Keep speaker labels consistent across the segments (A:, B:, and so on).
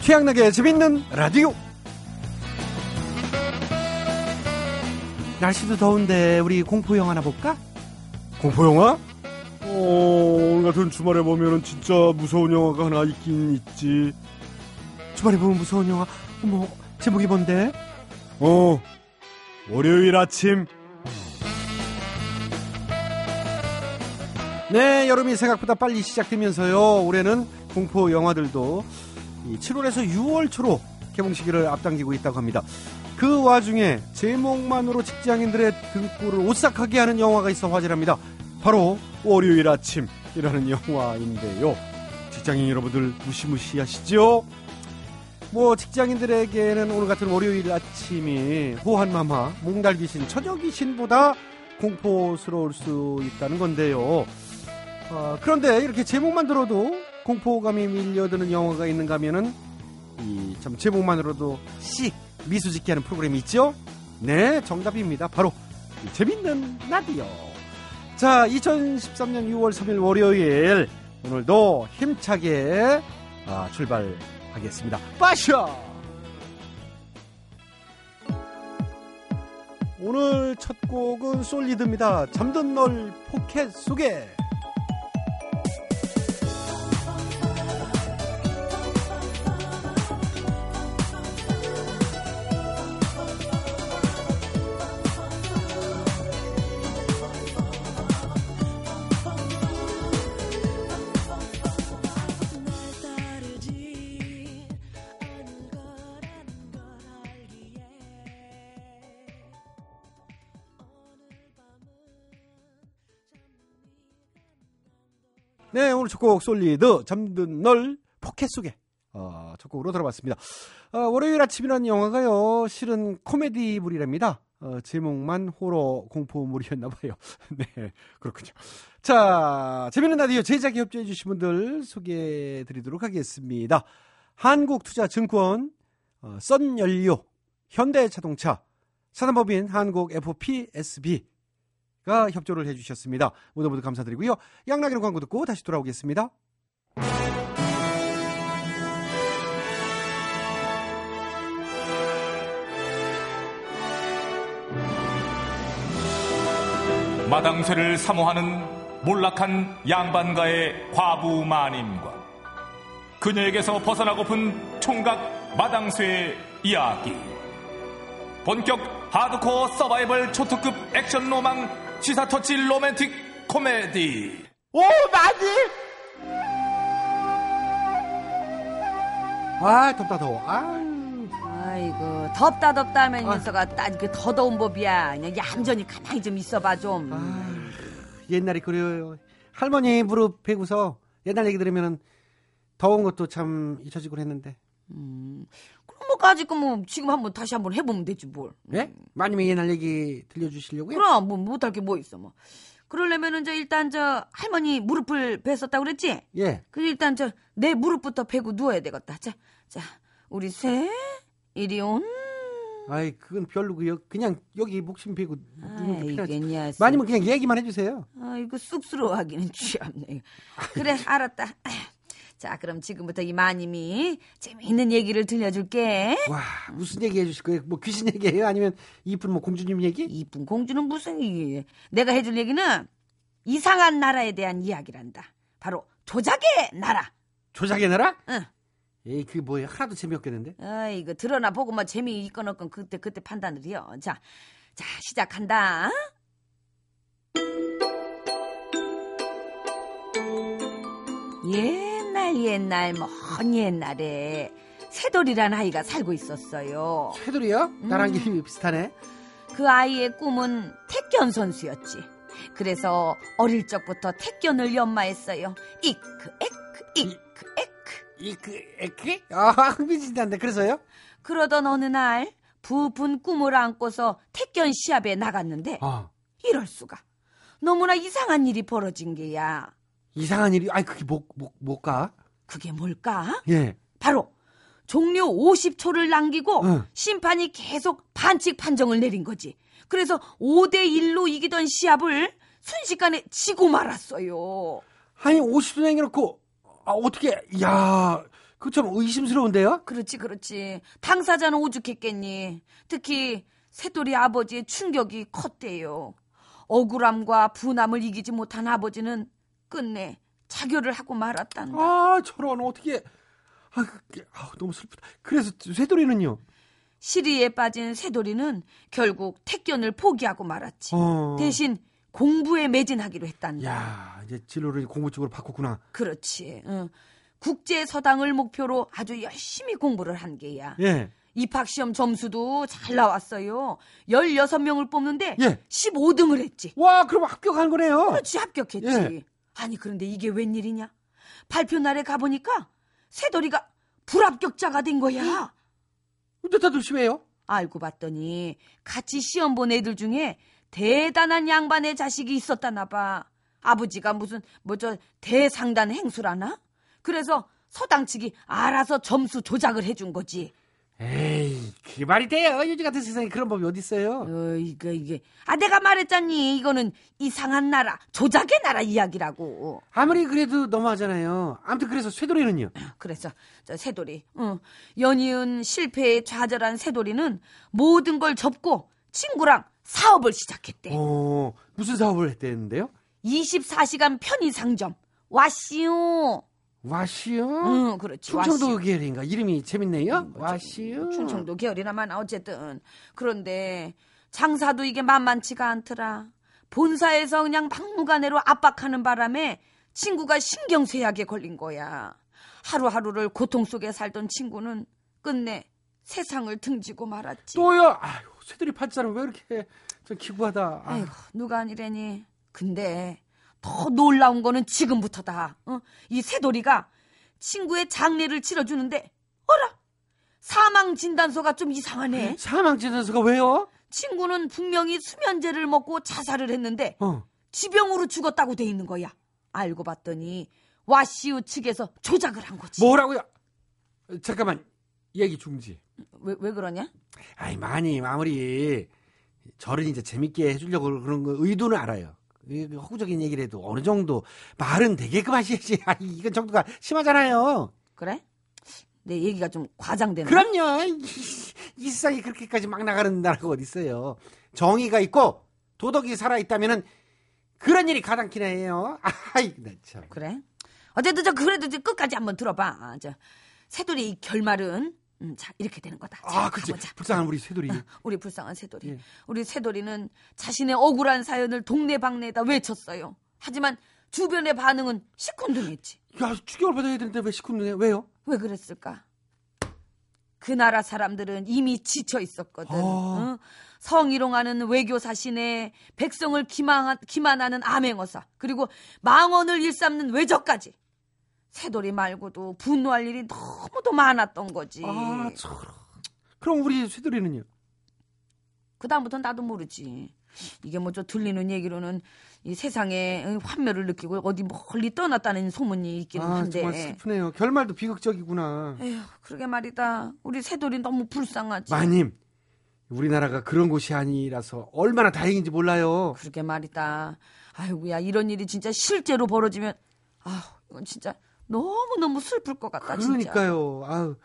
A: 희양나게 재밌는 라디오. 날씨도 더운데 우리 공포 영화나 볼까?
B: 공포 영화? 어, 오늘 같은 주말에 보면은 진짜 무서운 영화가 하나 있긴 있지.
A: 주말에 보면 무서운 영화. 어머, 제목이 뭔데?
B: 어, 월요일 아침.
A: 네, 여름이 생각보다 빨리 시작되면서요. 올해는 공포 영화들도 7월에서 6월 초로 개봉 시기를 앞당기고 있다고 합니다. 그 와중에 제목만으로 직장인들의 등골을 오싹하게 하는 영화가 있어 화제랍니다. 바로
B: 월요일 아침이라는 영화인데요. 직장인 여러분들 무시무시하시죠?
A: 뭐 직장인들에게는 오늘 같은 월요일 아침이 호환마마, 몽달귀신, 처녀귀신보다 공포스러울 수 있다는 건데요. 아, 그런데 이렇게 제목만 들어도 공포감이 밀려드는 영화가 있는가 하면은 이 참 제목만으로도 씩 미수짓게 하는 프로그램이 있죠? 네, 정답입니다. 바로 이 재밌는 라디오. 자, 2013년 6월 3일 월요일 오늘도 힘차게 아, 출발하겠습니다. 빠셔! 오늘 첫 곡은 솔리드입니다. 잠든 널 포켓 속에.
C: 따르지 않을 거라는 걸 알기에 오늘
A: 네, 오늘 첫 곡 솔리드 잠든 널 포켓 속에 어, 첫 곡으로 들어봤습니다. 어, 월요일 아침이라는 영화가요, 실은 코미디물이랍니다. 어, 제목만 호러 공포물이었나봐요. 네, 그렇군요. 자, 재밌는 라디오 제작에 협조해주신 분들 소개해드리도록 하겠습니다. 한국투자증권, 어, 썬연료, 현대자동차, 산업법인 한국 FPSB, 가 협조를 해주셨습니다. 모두 모두 감사드리고요. 양락이로 광고 듣고 다시 돌아오겠습니다.
D: 마당쇠를 사모하는 몰락한 양반가의 과부 마님과 그녀에게서 벗어나고픈 총각 마당쇠의 이야기 본격 하드코어 서바이벌 초특급 액션 로망 시사터치 로맨틱 코미디
A: 아, 덥다, 더워. 아,
E: 아이고 덥다 덥다 하면 인서가 딴그 더더운 법이야. 그냥 얌전히 가만히 좀 있어봐 좀.
A: 옛날이 그리워요. 할머니 무릎 베고서 옛날 얘기 들으면 더운 것도 참 잊혀지곤 했는데.
E: 그럼 뭐 가지고 뭐 지금 한번 다시 한번 해보면 되지 뭘.
A: 예? 마님의 옛날 얘기 들려주시려고요?
E: 그럼 뭐 못할 게 뭐 있어 뭐. 그러려면은 저 일단 저 할머니 무릎을 뱄었다 그랬지?
A: 예.
E: 그 일단 저 내 무릎부터 베고 누워야 되겠다. 자, 자 우리 새 이리 온.
A: 아이, 그건 별로고요. 그냥 여기 목심 베고 누는 게 편하지.
E: 아이겠냐.
A: 마님은 그냥 얘기만 해주세요.
E: 아이고 쑥스러워하기는 취합네. 그래 알았다. 자 그럼 지금부터 이 마님이 재미있는 얘기를 들려줄게.
A: 와, 무슨 얘기 해주실 거예요? 뭐 귀신 얘기예요? 아니면 이쁜 뭐 공주님 얘기?
E: 이쁜 공주는 무슨 얘기? 내가 해줄 얘기는 이상한 나라에 대한 이야기란다. 바로 조작의 나라.
A: 조작의 나라?
E: 응.
A: 에이, 그게 뭐예요? 하나도 재미없겠는데?
E: 아이고 드러나 보고만 뭐 재미 있건 없건 그때 그때 판단을 해요. 자, 자 시작한다. 옛날 옛날 먼 옛날에 새돌이란 아이가 살고 있었어요.
A: 새돌이요? 나랑
E: 음.
A: 이름이 비슷하네.
E: 그 아이의 꿈은 태견 선수였지. 그래서 어릴 적부터 태견을 연마했어요. 이크 에크 이크 에크.
A: 이그 에키? 아, 흥미진진한데 그래서요?
E: 그러던 어느 날 부푼 꿈을 안고서 태견 시합에 나갔는데
A: 아,
E: 이럴 수가. 너무나 이상한 일이 벌어진 게야.
A: 이상한 일이. 아이, 그게 뭐, 뭐, 뭘까?
E: 그게 뭘까?
A: 예.
E: 바로 종료 50초를 남기고
A: 응.
E: 심판이 계속 반칙 판정을 내린 거지. 그래서 5대 1로 이기던 시합을 순식간에 지고 말았어요.
A: 아니, 50도 남겨놓고, 아, 어떻게, 야 그 좀 의심스러운데요?
E: 그렇지, 그렇지. 당사자는 오죽했겠니. 특히 새돌이 아버지의 충격이 컸대요. 억울함과 분함을 이기지 못한 아버지는 끝내 자결을 하고 말았단다.
A: 아, 저런, 어떻게. 아, 그, 아, 너무 슬프다. 그래서 쇠돌이는요?
E: 시리에 빠진 새돌이는 결국 택견을 포기하고 말았지.
A: 어.
E: 대신 공부에 매진하기로 했단다.
A: 야, 아, 이제 진로를 공부 쪽으로 바꿨구나.
E: 그렇지. 응. 국제 서당을 목표로 아주 열심히 공부를 한 게야.
A: 예.
E: 입학시험 점수도 잘 나왔어요. 16명을 뽑는데
A: 예.
E: 15등을 했지.
A: 와, 그럼 합격한 거네요.
E: 그렇지, 합격했지.
A: 예.
E: 아니, 그런데 이게 웬일이냐? 발표 날에 가보니까 새돌이가 불합격자가 된
A: 예.
E: 거야.
A: 근데 다들 심해요?
E: 알고 봤더니 같이 시험 본 애들 중에 대단한 양반의 자식이 있었다나 봐. 아버지가 무슨 뭐 저 대상단 행수라나? 그래서 서당 측이 알아서 점수 조작을 해준 거지.
A: 에이, 그게 말이 돼요. 요즘 같은 세상에 그런 법이 어딨어요.
E: 어, 이거 이게 아 내가 말했잖니 이거는 이상한 나라 조작의 나라 이야기라고.
A: 아무리 그래도 너무하잖아요. 아무튼 그래서 쇠돌이는요?
E: 그래서 저 새돌이 응. 연이은 실패에 좌절한 새돌이는 모든 걸 접고 친구랑 사업을 시작했대.
A: 어, 무슨 사업을 했대는데요?
E: 24시간 편의 상점 와시오.
A: 와시요?
E: 응, 음, 그렇지.
A: 충청도
E: 와시오.
A: 계열인가? 이름이 재밌네요? 와시요?
E: 충청도 계열이라만 어쨌든 그런데 장사도 이게 만만치가 않더라. 본사에서 그냥 막무가내로 압박하는 바람에 친구가 신경쇠약에 걸린 거야. 하루하루를 고통 속에 살던 친구는 끝내 세상을 등지고 말았지.
A: 또요? 아유, 쇠돌이 판자는 왜 이렇게 좀 기구하다. 아,
E: 아이고, 누가 아니래니. 근데 더 놀라운 거는 지금부터다. 어? 이 새돌이가 친구의 장례를 치러주는데 어라 사망 진단서가 좀 이상하네.
A: 사망진단서가 왜요?
E: 친구는 분명히 수면제를 먹고 자살을 했는데
A: 어.
E: 지병으로 죽었다고 돼 있는 거야. 알고 봤더니 와시우 측에서 조작을 한 거지.
A: 뭐라고요? 잠깐만, 얘기 중지.
E: 왜, 왜 그러냐?
A: 아이, 많이, 마무리. 저를 이제 재밌게 해주려고 그런 거 의도는 알아요. 이 허구적인 얘기를 해도 어느 정도 말은 되게끔 하셔야지. 아, 이건 정도가 심하잖아요.
E: 그래? 내 얘기가 좀 과장되나?
A: 그럼요. 이, 이 세상이 그렇게까지 막 나가는 나라가 어딨어요. 정의가 있고 도덕이 살아있다면은 그런 일이 가당키나 해요. 아이, 나 참.
E: 그래? 어쨌든 저 그래도 이제 끝까지 한번 들어봐. 아, 저 새돌이 이 결말은 음, 자 이렇게 되는 거다. 자,
A: 아, 그치.
E: 가보자. 어.
A: 불쌍한 우리 새돌이.
E: 우리 불쌍한 새돌이.
A: 예.
E: 우리 새돌이는 자신의 억울한 사연을 동네방네에다 외쳤어요. 하지만 주변의 반응은 시큰둥했지.
A: 야, 추격을 받아야 되는데 왜 시큰둥해? 왜요?
E: 왜 그랬을까? 그 나라 사람들은 이미 지쳐 있었거든.
A: 아.
E: 응? 성희롱하는 외교 사신에 백성을 기망, 기만하는 암행어사 그리고 망언을 일삼는 외적까지 새돌이 말고도 분노할 일이 너무도 많았던 거지.
A: 아, 참. 그럼 우리 쇠돌이는요?
E: 그 다음부터 나도 모르지. 이게 뭐 저 들리는 얘기로는 이 세상에 환멸을 느끼고 어디 멀리 떠났다는 소문이 있기는
A: 아,
E: 한데. 예.
A: 정말 슬프네요. 결말도 비극적이구나.
E: 에휴, 그러게 말이다. 우리 새돌이 너무 불쌍하지.
A: 마님, 우리나라가 그런 곳이 아니라서 얼마나 다행인지 몰라요.
E: 그러게 말이다. 아이고야, 이런 일이 진짜 실제로 벌어지면, 아 이건 진짜 너무너무 슬플 것 같다, 진짜.
A: 그러니까요. 아우.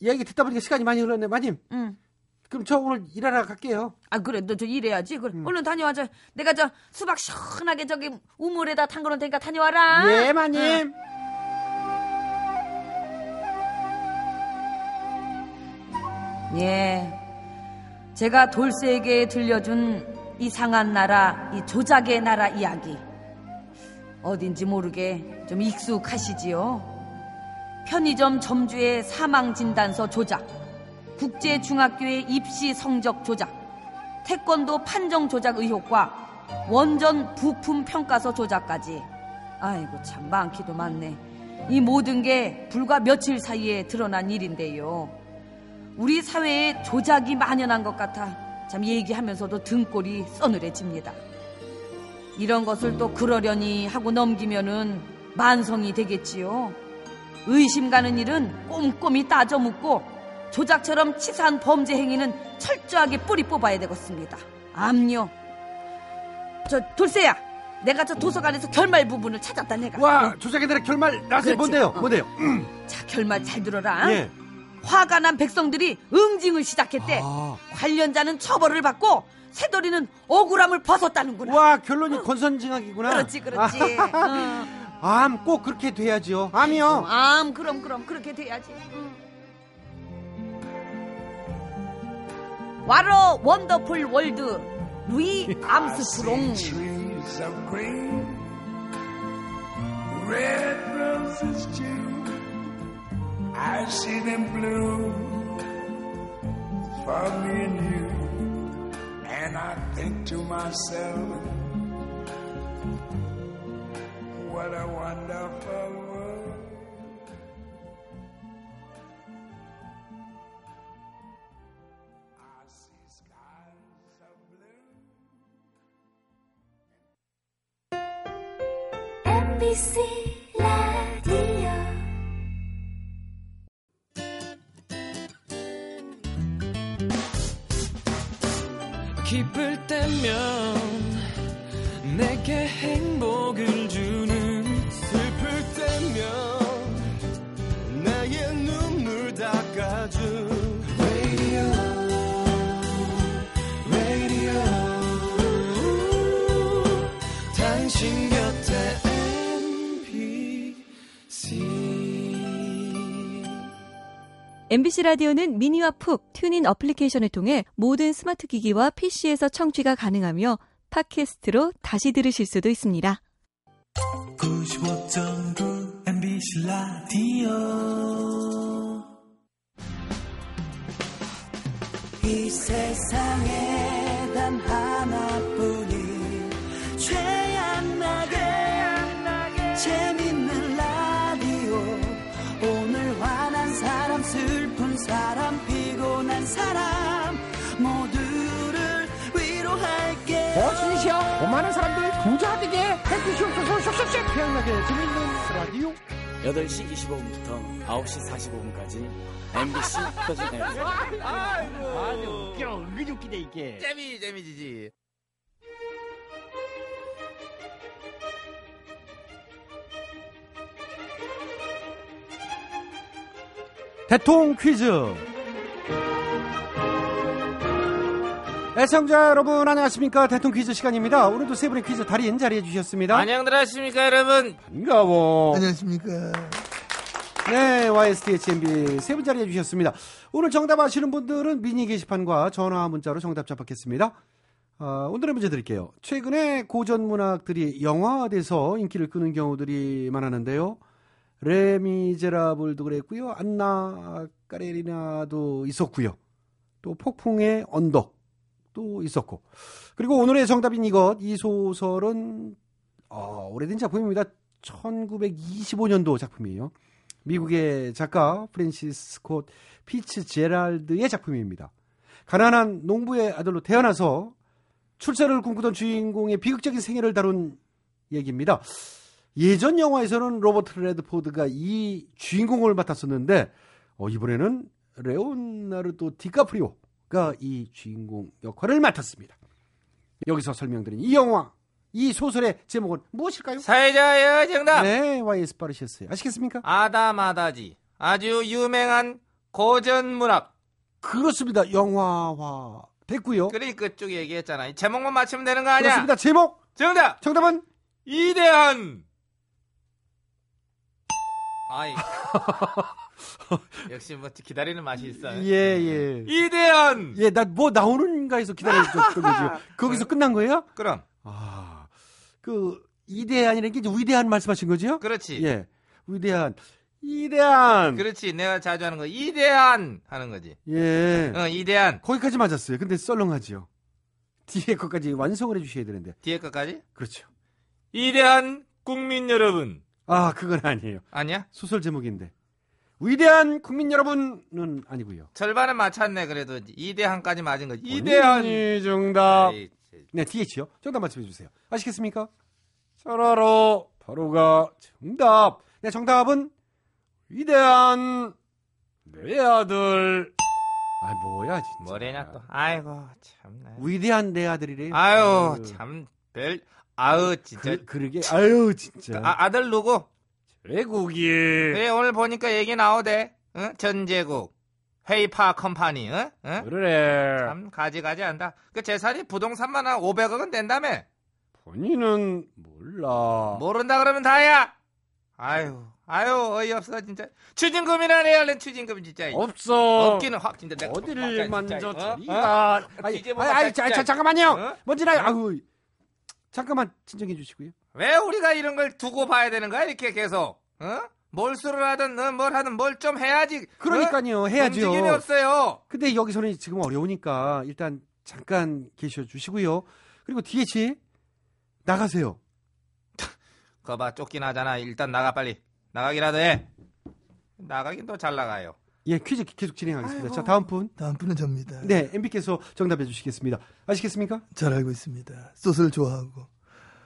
A: 이야기 듣다 보니까 시간이 많이 흘렀네. 마님,
E: 응.
A: 그럼 저 오늘 일하러 갈게요.
E: 아, 그래, 너 저 일해야지. 그래, 얼른 다녀와줘. 내가 저 수박 시원하게 저기 우물에다 담그놓을 테니까 다녀와라.
A: 예, 마님.
E: 예. 제가 돌쇠에게 들려준 이상한 나라, 이 조작의 나라 이야기. 어딘지 모르게 좀 익숙하시지요? 편의점 점주의 사망 진단서 조작, 국제 중학교의 입시 성적 조작, 태권도 판정 조작 의혹과 원전 부품 평가서 조작까지. 아이고 참 많기도 많네. 이 모든 게 불과 며칠 사이에 드러난 일인데요. 우리 사회에 조작이 만연한 것 같아 참 얘기하면서도 등골이 써늘해집니다. 이런 것을 또 그러려니 하고 넘기면은 만성이 되겠지요. 의심 가는 일은 꼼꼼히 따져 묻고 조작처럼 치사한 범죄 행위는 철저하게 뿌리 뽑아야 되겠습니다. 암요. 저 돌쇠야, 내가 저 도서관에서 결말 부분을 찾았다 내가.
A: 와, 조작인들의 결말 나세
E: 그렇지.
A: 뭔데요?
E: 어.
A: 뭔데요?
E: 자 결말 잘 들어라.
A: 예.
E: 화가 난 백성들이 응징을 시작했대.
A: 아.
E: 관련자는 처벌을 받고 새돌이는 억울함을 벗었다는구나.
A: 와, 아, 결론이 권선징악이구나.
E: 그렇지 그렇지. 어.
A: 아, 암 꼭 그렇게 돼야지요. 암이요.
E: 암 그럼 그럼 그렇게 돼야지. 와러 원더풀 월드 루이 암스트롱.
C: trees of green, red roses too. I see them bloom for me and you, and I think to myself, what a wonderful world. I see skies of blue.
F: MBC 라디오
G: 기쁠 때면 내게 행복을 주는 슬플 때면 나의 눈물 닦아준 Radio, radio. 당신 곁에 MBC
H: MBC 라디오는 미니와 푹 튜닝 어플리케이션을 통해 모든 스마트 기기와 PC에서 청취가 가능하며 팟캐스트로 다시 들으실 수도 있습니다.
C: 95.9 MBC 라디오 이 세상에 단 하나뿐인 최양나게 재밌는 라디오 오늘 화난 사람 슬픈 사람 피곤한 사람 모두를 위로할게
A: 어, 버신이시여 많은 사람들을 부자 되게 해주시옵소서 쇽쇽쇽 태양나게 재밌는 라디오
B: 8시 25분부터 9시 45분까지 MBC 터진 앱.
A: 대통 퀴즈 애청자 여러분 안녕하십니까 대통 퀴즈 시간입니다 오늘도 세 분의 퀴즈 달인 자리해 주셨습니다
G: 안녕들 하십니까 여러분
A: 반가워
C: 안녕하십니까
A: 네, YSTHMB 세 분 자리해 주셨습니다. 오늘 정답 아시는 분들은 미니 게시판과 전화 문자로 정답 잡았겠습니다. 아, 오늘의 문제 드릴게요. 최근에 고전 문학들이 영화화돼서 인기를 끄는 경우들이 많았는데요. 레미제라블도 그랬고요. 안나 까레리나도 있었고요. 또 폭풍의 언덕도 있었고. 그리고 오늘의 정답인 이것, 이 소설은 어, 오래된 작품입니다. 1925년도 작품이에요. 미국의 작가 프랜시스 스콧 피츠 제랄드의 작품입니다. 가난한 농부의 아들로 태어나서 출세를 꿈꾸던 주인공의 비극적인 생애를 다룬 얘기입니다. 예전 영화에서는 로버트 레드포드가 이 주인공을 맡았었는데 어, 이번에는 레오나르도 디카프리오가 이 주인공 역할을 맡았습니다. 여기서 설명드린 이 영화, 이 소설의 제목은 무엇일까요?
G: 사회자의 정답
A: 네, YS 빠르셨어요. 아시겠습니까?
G: 아다마다지 아주 유명한 고전 문학
A: 그렇습니다. 영화화 됐고요.
G: 그러니까 쭉 얘기했잖아 이 제목만 맞추면 되는 거 아니야
A: 그렇습니다. 제목
G: 정답
A: 정답은
G: 이대한 아이 역시 뭐 기다리는 맛이 있어
A: 예예.
G: 네. 이대한
A: 예, 나 뭐 나오는가해서 기다려줬던 거죠. 거기서 끝난 거예요?
G: 그럼
A: 아, 그 이대한이라는 게 이제 위대한 말씀하신 거죠?
G: 그렇지
A: 예, 위대한, 이대한.
G: 그렇지 내가 자주 하는 거 이대한 하는 거지
A: 예,
G: 어 이대한
A: 거기까지 맞았어요. 근데 썰렁하지요. 뒤에 것까지 완성을 해주셔야 되는데
G: 뒤에 것까지
A: 그렇죠.
G: 이대한 국민 여러분
A: 아, 그건 아니에요.
G: 아니야
A: 소설 제목인데 위대한 국민 여러분은 아니고요.
G: 절반은 맞췄네 그래도 이대한까지 맞은 거지 이대한
A: 본인이 정답.
G: 에이, 제-
A: 네, DH요. 정답 맞춰 주세요. 아시겠습니까? 차라로 바로가 정답. 네, 정답은 위대한 내 아들. 아, 뭐야, 진짜.
G: 뭐래냐 또 아이고 참나
A: 어, 위대한 내 아들이래요.
G: 아유 참 별 아우 진짜
A: 그, 그러게 아유 진짜
G: 아, 아들 누구?
A: 외국이
G: 그래 오늘 보니까 얘기 나오대. 응? 전제국 회이파 컴퍼니. 응? 응?
A: 그래
G: 참 가지가지 한다. 그 재산이 부동산만 한 500억은 된다며.
A: 본인은 몰라
G: 모른다 그러면 다야. 아유 아유 어이없어 진짜. 추징금이나 내야 얼른 추징금 진짜.
A: 없어
G: 없기는 확 진짜 내가
A: 어디를 만져
G: 진짜,
A: 자리
G: 어? 어?
A: 가 아니
G: 뒤집어
A: 아니, 아니,
G: 봤자
A: 자, 자,
G: 진짜.
A: 잠깐만요
G: 어?
A: 먼지나 아우 잠깐만 진정해 주시고요
G: 왜 우리가 이런 걸 두고 봐야 되는 거야 이렇게 계속? 응? 몰수를 하든 어, 뭘 하든 뭘 좀 해야지.
A: 그러니까요
G: 어?
A: 해야죠
G: 움직임이 없어요.
A: 근데 여기서는 지금 어려우니까 일단 잠깐 계셔 주시고요 그리고 DH 나가세요
G: 거봐 쫓긴 하잖아. 일단 나가 빨리. 나가기라도 해. 나가긴 또 잘 나가요.
A: 예 퀴즈 계속 진행하겠습니다 자 다음 분네
I: 다음 분은 접니다.
A: MB께서 정답해 주시겠습니다 아시겠습니까
I: 잘 알고 있습니다. 소설 좋아하고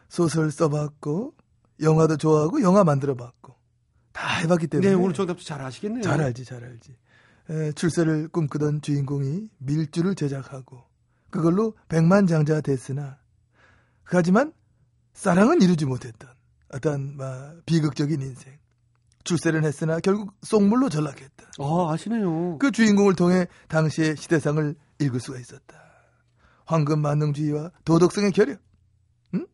I: 소설 써봤고 영화도 좋아하고 영화 만들어봤고 다 해봤기 때문에
A: 네 오늘 정답도 잘 아시겠네요
I: 잘 알지 잘 알지. 에, 출세를 꿈꾸던 주인공이 밀주를 제작하고 그걸로 백만장자 됐으나 하지만 사랑은 이루지 못했던 어떤 막 비극적인 인생. 출세를 했으나 결국 속물로 전락했다.
A: 아 아시네요
I: 그 주인공을 통해 당시의 시대상을 읽을 수가 있었다. 황금 만능주의와 도덕성의 결여. 응?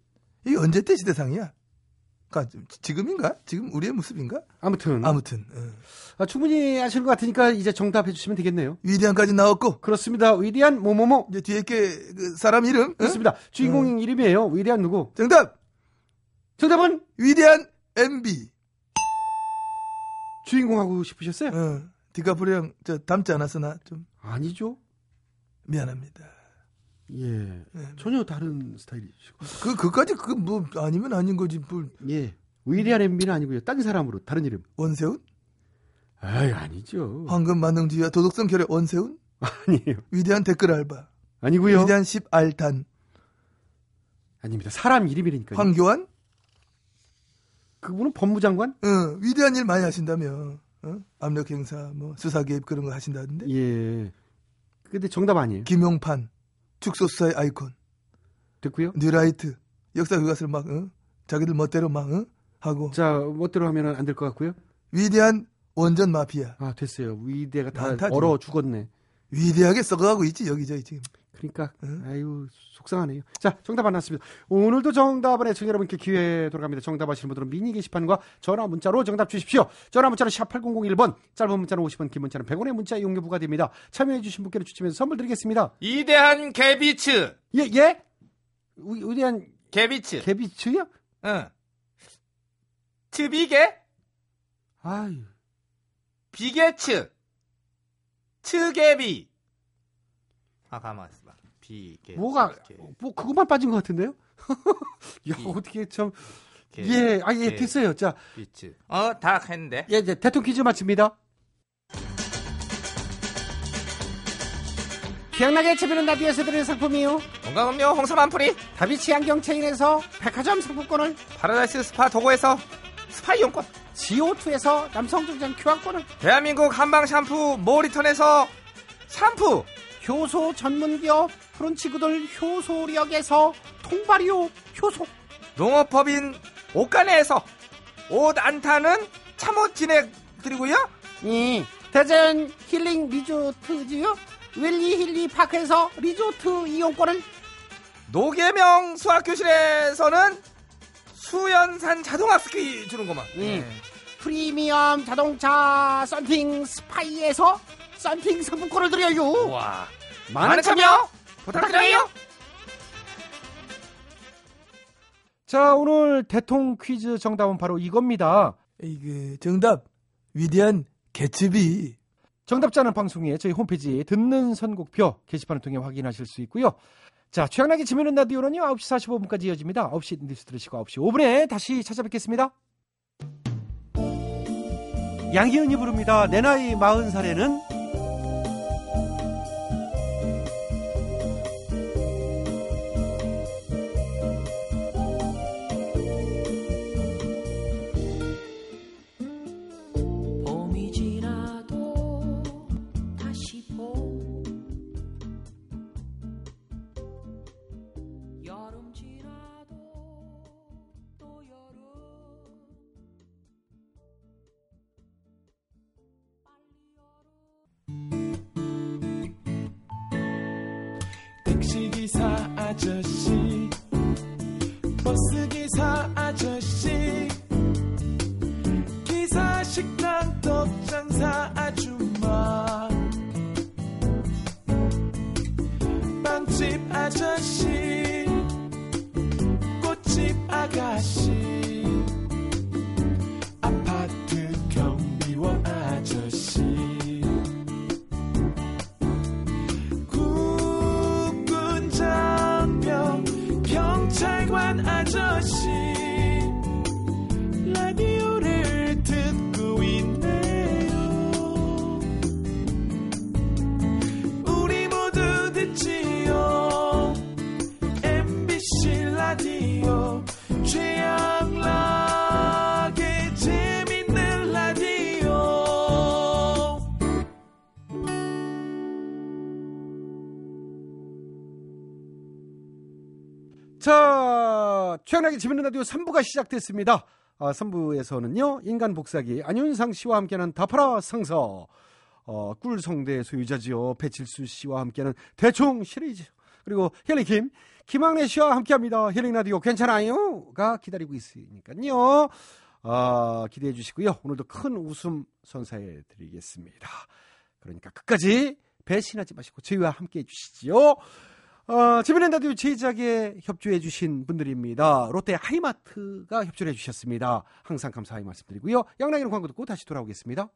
I: 이 언제 때 시대상이야? 가- 지금인가? 지금 우리의 모습인가?
A: 아무튼
I: 아무튼 어.
A: 아, 충분히 아시는 것 같으니까 이제 정답해 주시면 되겠네요.
I: 위대한까지 나왔고
A: 그렇습니다. 위대한 뭐뭐뭐.
I: 이제 뒤에 게그 사람 이름 응?
A: 그렇습니다. 주인공 이름이에요. 위대한 누구?
I: 정답
A: 정답은
I: 위대한 MB.
A: 주인공 하고 싶으셨어요?
I: 어. 디카프리랑 저 닮지 않았으나 좀
A: 아니죠.
I: 미안합니다.
A: 예.
I: 네.
A: 전혀 다른 스타일이시고.
I: 그 그까지 그 뭐 아니면 아닌 거지. 뭘
A: 예. 위대한 MB는 아니고요. 딴 사람으로 다른 이름.
I: 원세훈?
A: 아이, 아니죠.
I: 황금 만능주의와 도덕성 결여 원세훈?
A: 아니에요.
I: 위대한 댓글 알바.
A: 아니고요.
I: 위대한 10알단.
A: 아닙니다. 사람 이름이니까요.
I: 황교안?
A: 그분은 법무장관?
I: 어, 위대한 일 많이 하신다며. 어? 압력 행사, 뭐 수사 개입 그런 거 하신다는데.
A: 예. 근데 정답 아니에요.
I: 김용판, 축소 수사의 아이콘,
A: 됐고요.
I: 뉴라이트, 역사 교과서를 막 어? 자기들 멋대로 막 어? 하고.
A: 자, 멋대로 하면 안 될 것 같고요.
I: 위대한 원전 마피아.
A: 아, 됐어요. 위대가 다
I: 많다, 지금.
A: 아, 얼어 죽었네.
I: 위대하게 썩어가고 있지 여기저기 지금.
A: 그러니까
I: 응?
A: 아유 속상하네요. 자 정답 안 나왔습니다. 오늘도 정답을 해청자 여러분께 기회 돌아갑니다. 정답 아시는 분들은 미니 게시판과 전화 문자로 정답 주십시오. 전화 문자는 샵 8001번 짧은 문자는 50원 긴 문자는 100원의 문자 이용료 부과됩니다. 참여해 주신 분께는 추첨해서 선물 드리겠습니다.
G: 이대한 개비츠.
A: 예 예? 우- 우리한
G: 개비츠.
A: 개비츠요?
G: 응. 츠 비게?
A: 아유
G: 비게츠. 츠개비. 아 가만 있어봐. 비게.
A: 뭐가
G: 츠개,
A: 뭐 그것만 빠진 것 같은데요? 야
G: 이-
A: 어떻게 참
G: 개,
A: 예, 아, 예,
G: 개,
A: 됐어요. 자,
G: 비츠. 어, 다 했는데.
A: 예, 이제 대통령 퀴즈 마칩니다. 기억나게 채비는 라디오에서 드리는 상품이요.
G: 건강음료 홍삼 한 뿌리.
A: 다비치 안경 체인에서 백화점 상품권을
G: 파라다이스 스파 도고에서 스파 이용권.
A: GO2에서 남성중장 교환권을
G: 대한민국 한방 샴푸 모리턴에서 샴푸.
A: 효소 전문기업 프론치구들 효소력에서 통발효 효소
G: 농업법인 옷가네에서 옷 안 타는 참옷 진액 드리고요.
A: 예. 대전 힐링 리조트지요. 웰리 힐리 파크에서 리조트 이용권을
G: 노계명 수학교실에서는 수연산 자동학습기 주는 것만. 네.
A: 예. 프리미엄 자동차 썬팅 스파이에서 썬팅 상품권을 드려요.
G: 와.
A: 많은
G: 참여 부탁드려요.
A: 자, 오늘 대통 퀴즈 정답은 바로 이겁니다.
I: 이게 정답 위대한 개츠비.
A: 정답자는 방송에 저희 홈페이지 듣는 선곡표 게시판을 통해 확인하실 수 있고요. 자, 최양락의 지면은 라디오는요, 9시 45분까지 이어집니다. 9시 뉴스 들으시고 9시 5분에 다시 찾아뵙겠습니다. 양희은이 부릅니다. 내 나이 40살에는
C: 봄이 지나도 다시 봄 여름 지나도
J: 아저씨 버스기사 아저씨 기사 식당 떡장사 아줌마 빵집 아저씨 꽃집 아가씨 아파트 경비원 아저씨 국군 장병 경찰관 아저씨 라디오를 듣고 있네요 우리 모두 듣지요 MBC 라디오 최양락의 재밌는 라디오
A: 자, 최연하게 재밌는 라디오 3부가 시작됐습니다. 아, 3부에서는요, 인간 복사기, 안윤상 씨와 함께하는 다파라 상사, 어, 꿀성대 소유자지요, 배칠수 씨와 함께하는 대충 시리즈, 그리고 힐링킴, 김학래 씨와 함께합니다. 힐링 라디오 괜찮아요? 가 기다리고 있으니까요. 아, 기대해 주시고요. 오늘도 큰 웃음 선사해 드리겠습니다. 그러니까 끝까지 배신하지 마시고 저희와 함께 해 주시지요. 어, 재밌는 라디오 제작에 협조해 주신 분들입니다. 롯데 하이마트가 협조를 해 주셨습니다. 항상 감사의 말씀드리고요. 양락이는 광고 듣고 다시 돌아오겠습니다.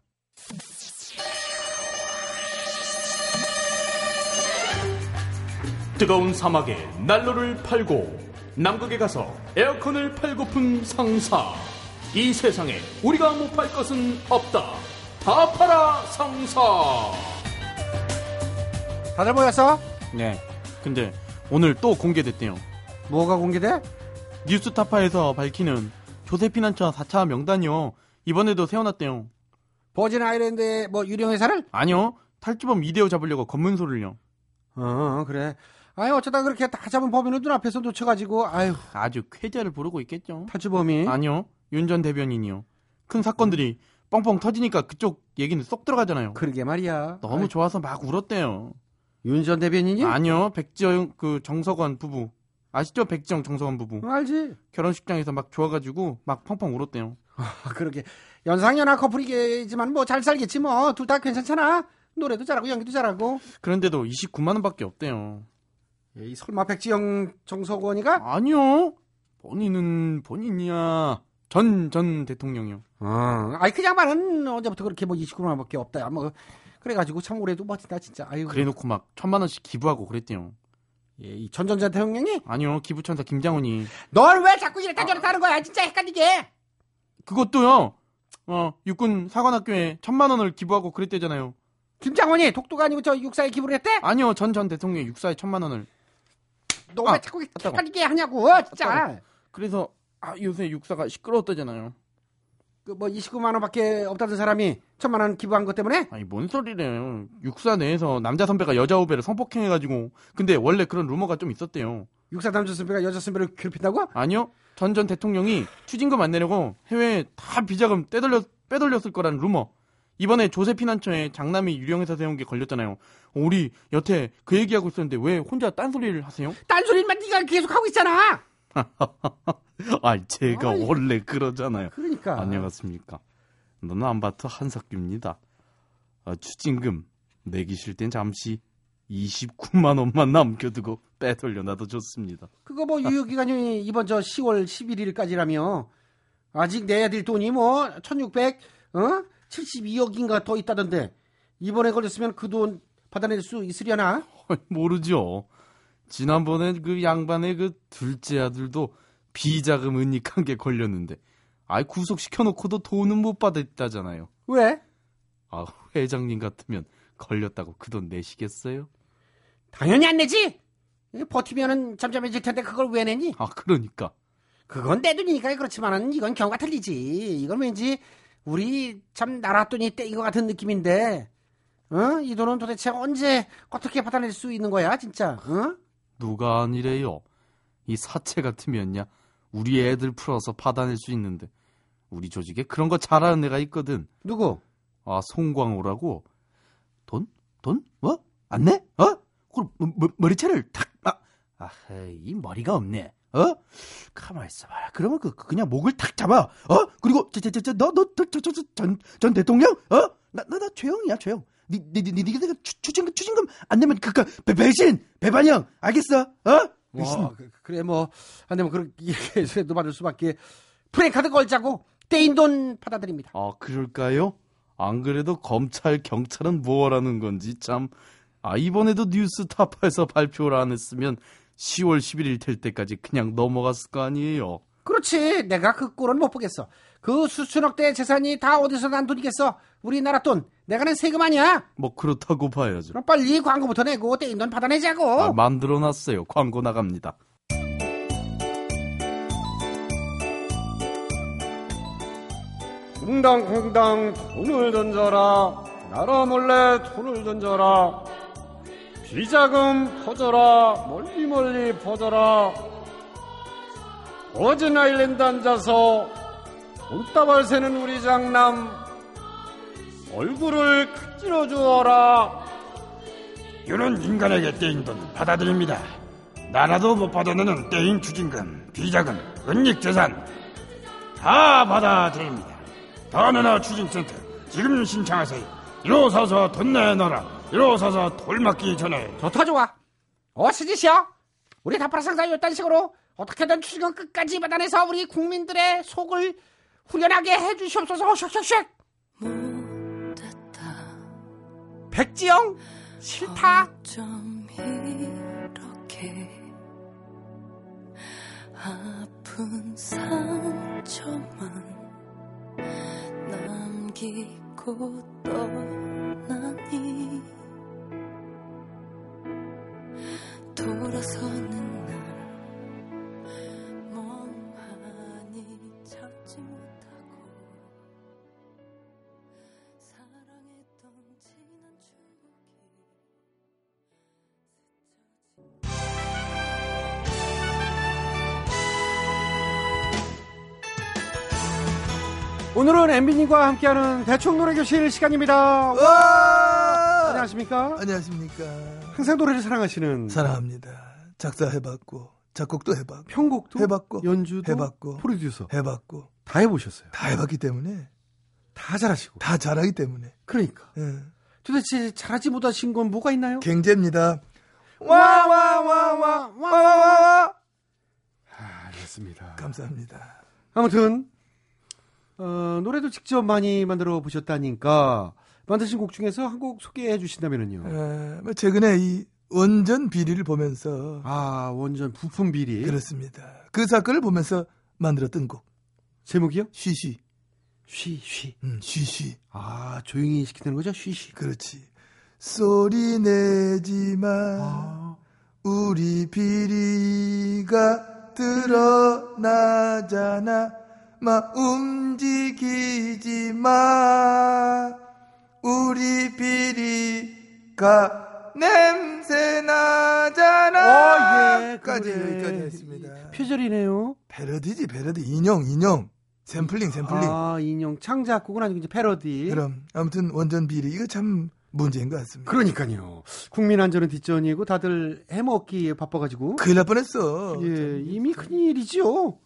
K: 뜨거운 사막에 난로를 팔고 남극에 가서 에어컨을 팔고픈 상사 이 세상에 우리가 못 팔 것은 없다 다 팔아 상사
A: 다들 모였어?
L: 네. 근데 오늘 또 공개됐대요.
A: 뭐가 공개돼?
L: 뉴스타파에서 밝히는 조세피난처 4차 명단이요. 이번에도 세워놨대요.
A: 버진 아일랜드의 뭐 유령 회사를?
L: 아니요. 탈주범 이대호 잡으려고 검문소를요.
A: 어, 그래. 아유 어쩌다 그렇게 다 잡은 범인을 눈앞에서 놓쳐가지고 아유
L: 아주 쾌재를 부르고 있겠죠.
A: 탈주범이?
L: 아니요. 윤 전 대변인이요. 큰 사건들이 뻥뻥 터지니까 그쪽 얘기는 쏙 들어가잖아요.
A: 그러게 말이야.
L: 너무 좋아서 막 울었대요.
A: 윤 전 대변인이?
L: 아니요. 백지영 그 정석원 부부. 아시죠? 백지영 정석원 부부.
A: 어, 알지?
L: 결혼식장에서 막 좋아가지고 막 펑펑 울었대요.
A: 아, 그러게 연상연하 커플이겠지만 뭐 잘 살겠지 뭐 둘 다 괜찮잖아. 노래도 잘하고 연기도 잘하고.
L: 그런데도 29만 원밖에 없대요.
A: 예, 이 설마 백지영 정석원이가?
L: 아니요. 본인은 본인이야. 전 전 대통령이요.
A: 아, 아이 그 양반은 언제부터 그렇게 뭐 29만 원밖에 없다. 뭐 그래가지고 참 올해도 멋진다 진짜. 아유.
L: 그래놓고 막 천만 원씩 기부하고 그랬대요.
A: 예, 이 전전자 대통령이?
L: 아니요. 기부천사 김장훈이.
A: 널 왜 자꾸 이랬다 저랬다 하는 거야 진짜 헷갈리게.
L: 그것도요. 어 육군 사관학교에 천만 원을 기부하고 그랬대잖아요.
A: 김장원이 독도가 아니고 저 육사에 기부를 했대?
L: 아니요. 전 전 대통령 육사에 천만 원을.
A: 너 왜
L: 아,
A: 자꾸
L: 맞다고.
A: 헷갈리게 하냐고 진짜.
L: 그래서 아 요새 육사가 시끄러웠다잖아요.
A: 그 뭐 29만 원밖에 없다던 사람이 천만 원 기부한 것 때문에?
L: 아니 뭔 소리래요. 육사 내에서 남자 선배가 여자 후배를 성폭행해가지고 근데 원래 그런 루머가 좀 있었대요.
A: 육사 남자 선배가 여자 선배를 괴롭힌다고?
L: 아니요. 전 전 대통령이 추징금 안 내려고 해외에 다 비자금 떼돌렸, 빼돌렸을 거라는 루머. 이번에 조세피난처에 장남이 유령회사 세운 게 걸렸잖아요. 우리 여태 그 얘기하고 있었는데 왜 혼자 딴소리를 하세요?
A: 딴소리만 네가 계속 하고 있잖아.
L: 아 제가
A: 아이.
L: 원래 그러잖아요.
A: 그러니까.
L: 안녕하십니까. 너는 안바트 한석규입니다. 아, 추징금 내기 싫땐 잠시 29만 원만 남겨두고 빼돌려놔도 좋습니다.
A: 그거 뭐 유효 기간이 이번 저 10월 11일까지라며 아직 내야 될 돈이 뭐 1,600, 어? 72억인가 더 있다던데 이번에 걸렸으면 그 돈 받아낼 수 있으려나?
L: 모르죠. 지난번에 그 양반의 그 둘째 아들도 비자금 은닉한 게 걸렸는데 아예 구속시켜놓고도 돈은 못 받았다잖아요.
A: 왜?
L: 아 회장님 같으면 걸렸다고 그 돈 내시겠어요?
A: 당연히 안 내지. 버티면은 잠잠해질 텐데 그걸 왜 내니?
L: 아 그러니까
A: 그건 내 돈이니까 그렇지만은 이건 경우가 틀리지. 이건 왠지 우리 참 나라 돈이 떼인 것 같은 느낌인데, 어? 이 돈은 도대체 언제 어떻게 받아낼 수 있는 거야, 진짜? 어?
L: 누가 아니래요. 이 사채 같으면야 우리 애들 풀어서 받아낼 수 있는데 우리 조직에 그런 거 잘하는 애가 있거든.
A: 누구?
L: 아 송광호라고 돈? 돈? 뭐? 안 내? 어? 그럼 머- 머- 머리채를 탁 아,
M: 아, 헤이, 이 머리가 없네. 어? 가만 있어봐라. 그러면 그 그- 그냥 목을 탁 잡아. 어? 그리고 저저저저너너저저저전전 대통령? 어? 나 나 나 최영이야 최영. 니니니 가 추징금 추징금 안 내면 그까 배신 배반형 알겠어? 어?
A: 와, 그- 그래 뭐안 되면 그렇게 얘기해서 도 받을 수밖에 프레카드 걸자고 떼인 돈 받아들입니다.
L: 아, 그럴까요? 안 그래도 검찰, 경찰은 뭐라는 건지 참. 아, 이번에도 뉴스 타파에서 발표를 안 했으면 10월 11일 될 때까지 그냥 넘어갔을 거 아니에요.
A: 그렇지. 내가 그 꼴은 못 보겠어. 그 수천억대 재산이 다 어디서 난 돈이겠어. 우리나라 돈. 내가 낸 세금 아니야.
L: 뭐 그렇다고 봐야죠.
A: 그럼 빨리 광고부터 내고 떼인 돈 받아내자고.
B: 뭐
L: 아, 만들어 놨어요. 광고 나갑니다.
B: 웅당웅당 돈을 던져라 나라 몰래 돈을 던져라 비자금 퍼져라 멀리 멀리 퍼져라 버진 아일랜드 앉아서 돈다발 새는 우리 장남 얼굴을 찔러 주어라
N: 이런 인간에게 떼인 돈 받아들입니다. 나라도 못 받아내는 떼인 추징금, 비자금, 은닉 재산 다 받아들입니다. 더내놔 추징센터 지금 신청하세요. 일어서서 돈 내놔라. 일어서서 돌맞기 전에.
A: 좋다 좋아. 뭐 어스지시여 우리 다파라상사 이딴 식으로 어떻게든 추징금 끝까지 받아내서 우리 국민들의 속을 후련하게 해주시옵소서. 슉슉슉. 백지영 싫다.
C: 어쩜 이렇게 아픈 상처만 남기고 떠나니 돌아서는 날 멍하니 참지 못하고 사랑했던 지난 추억이
A: 오늘은 엠비님과 함께하는 대충 노래 교실 시간입니다. 안녕하십니까?
I: 안녕하십니까?
A: 항상 노래를 사랑하시는
I: 사랑합니다. 작사해봤고 작곡도 해봤고
A: 편곡도
I: 해봤고
A: 연주도
I: 해봤고
A: 프로듀서
I: 해봤고
A: 다 해보셨어요.
I: 다 해봤기 때문에
A: 다 잘하시고
I: 다 잘하기 때문에
A: 그러니까
I: 예.
A: 도대체 잘하지 못하신 건 뭐가 있나요?
I: 갱제입니다.
A: 와와와와와와와 알겠습니다.
I: 감사합니다.
A: 아무튼 어, 노래도 직접 많이 만들어 보셨다니까 만드신 곡 중에서 한 곡 소개해 주신다면요.
I: 에, 뭐 최근에 이 원전 비리를 보면서
A: 아 원전 부품 비리
I: 그렇습니다. 그 사건을 보면서 만들었던 곡
A: 제목이요?
I: 쉬쉬
A: 쉬쉬
I: 음, 쉬쉬
A: 아 조용히 시키는 거죠 쉬쉬
I: 그렇지 소리 내지 마
A: 아.
I: 우리 비리가 드러나잖아 마 움직이지 마 우리 비리가 냄새 나잖아
A: 어, 예,
I: 까지
A: 그래.
I: 여기까지 했습니다
A: 표절이네요.
I: 패러디지 패러디 인형 인형 샘플링 샘플링
A: 아 인용 창작곡은 아니고 이제 패러디.
I: 그럼 아무튼 원전 비리 이거 참 문제인 것 같습니다.
A: 그러니까요. 국민 안전은 뒷전이고 다들 해먹기에 바빠가지고.
I: 큰일 날 뻔했어. 예.
A: 예, 이미 큰일이지요.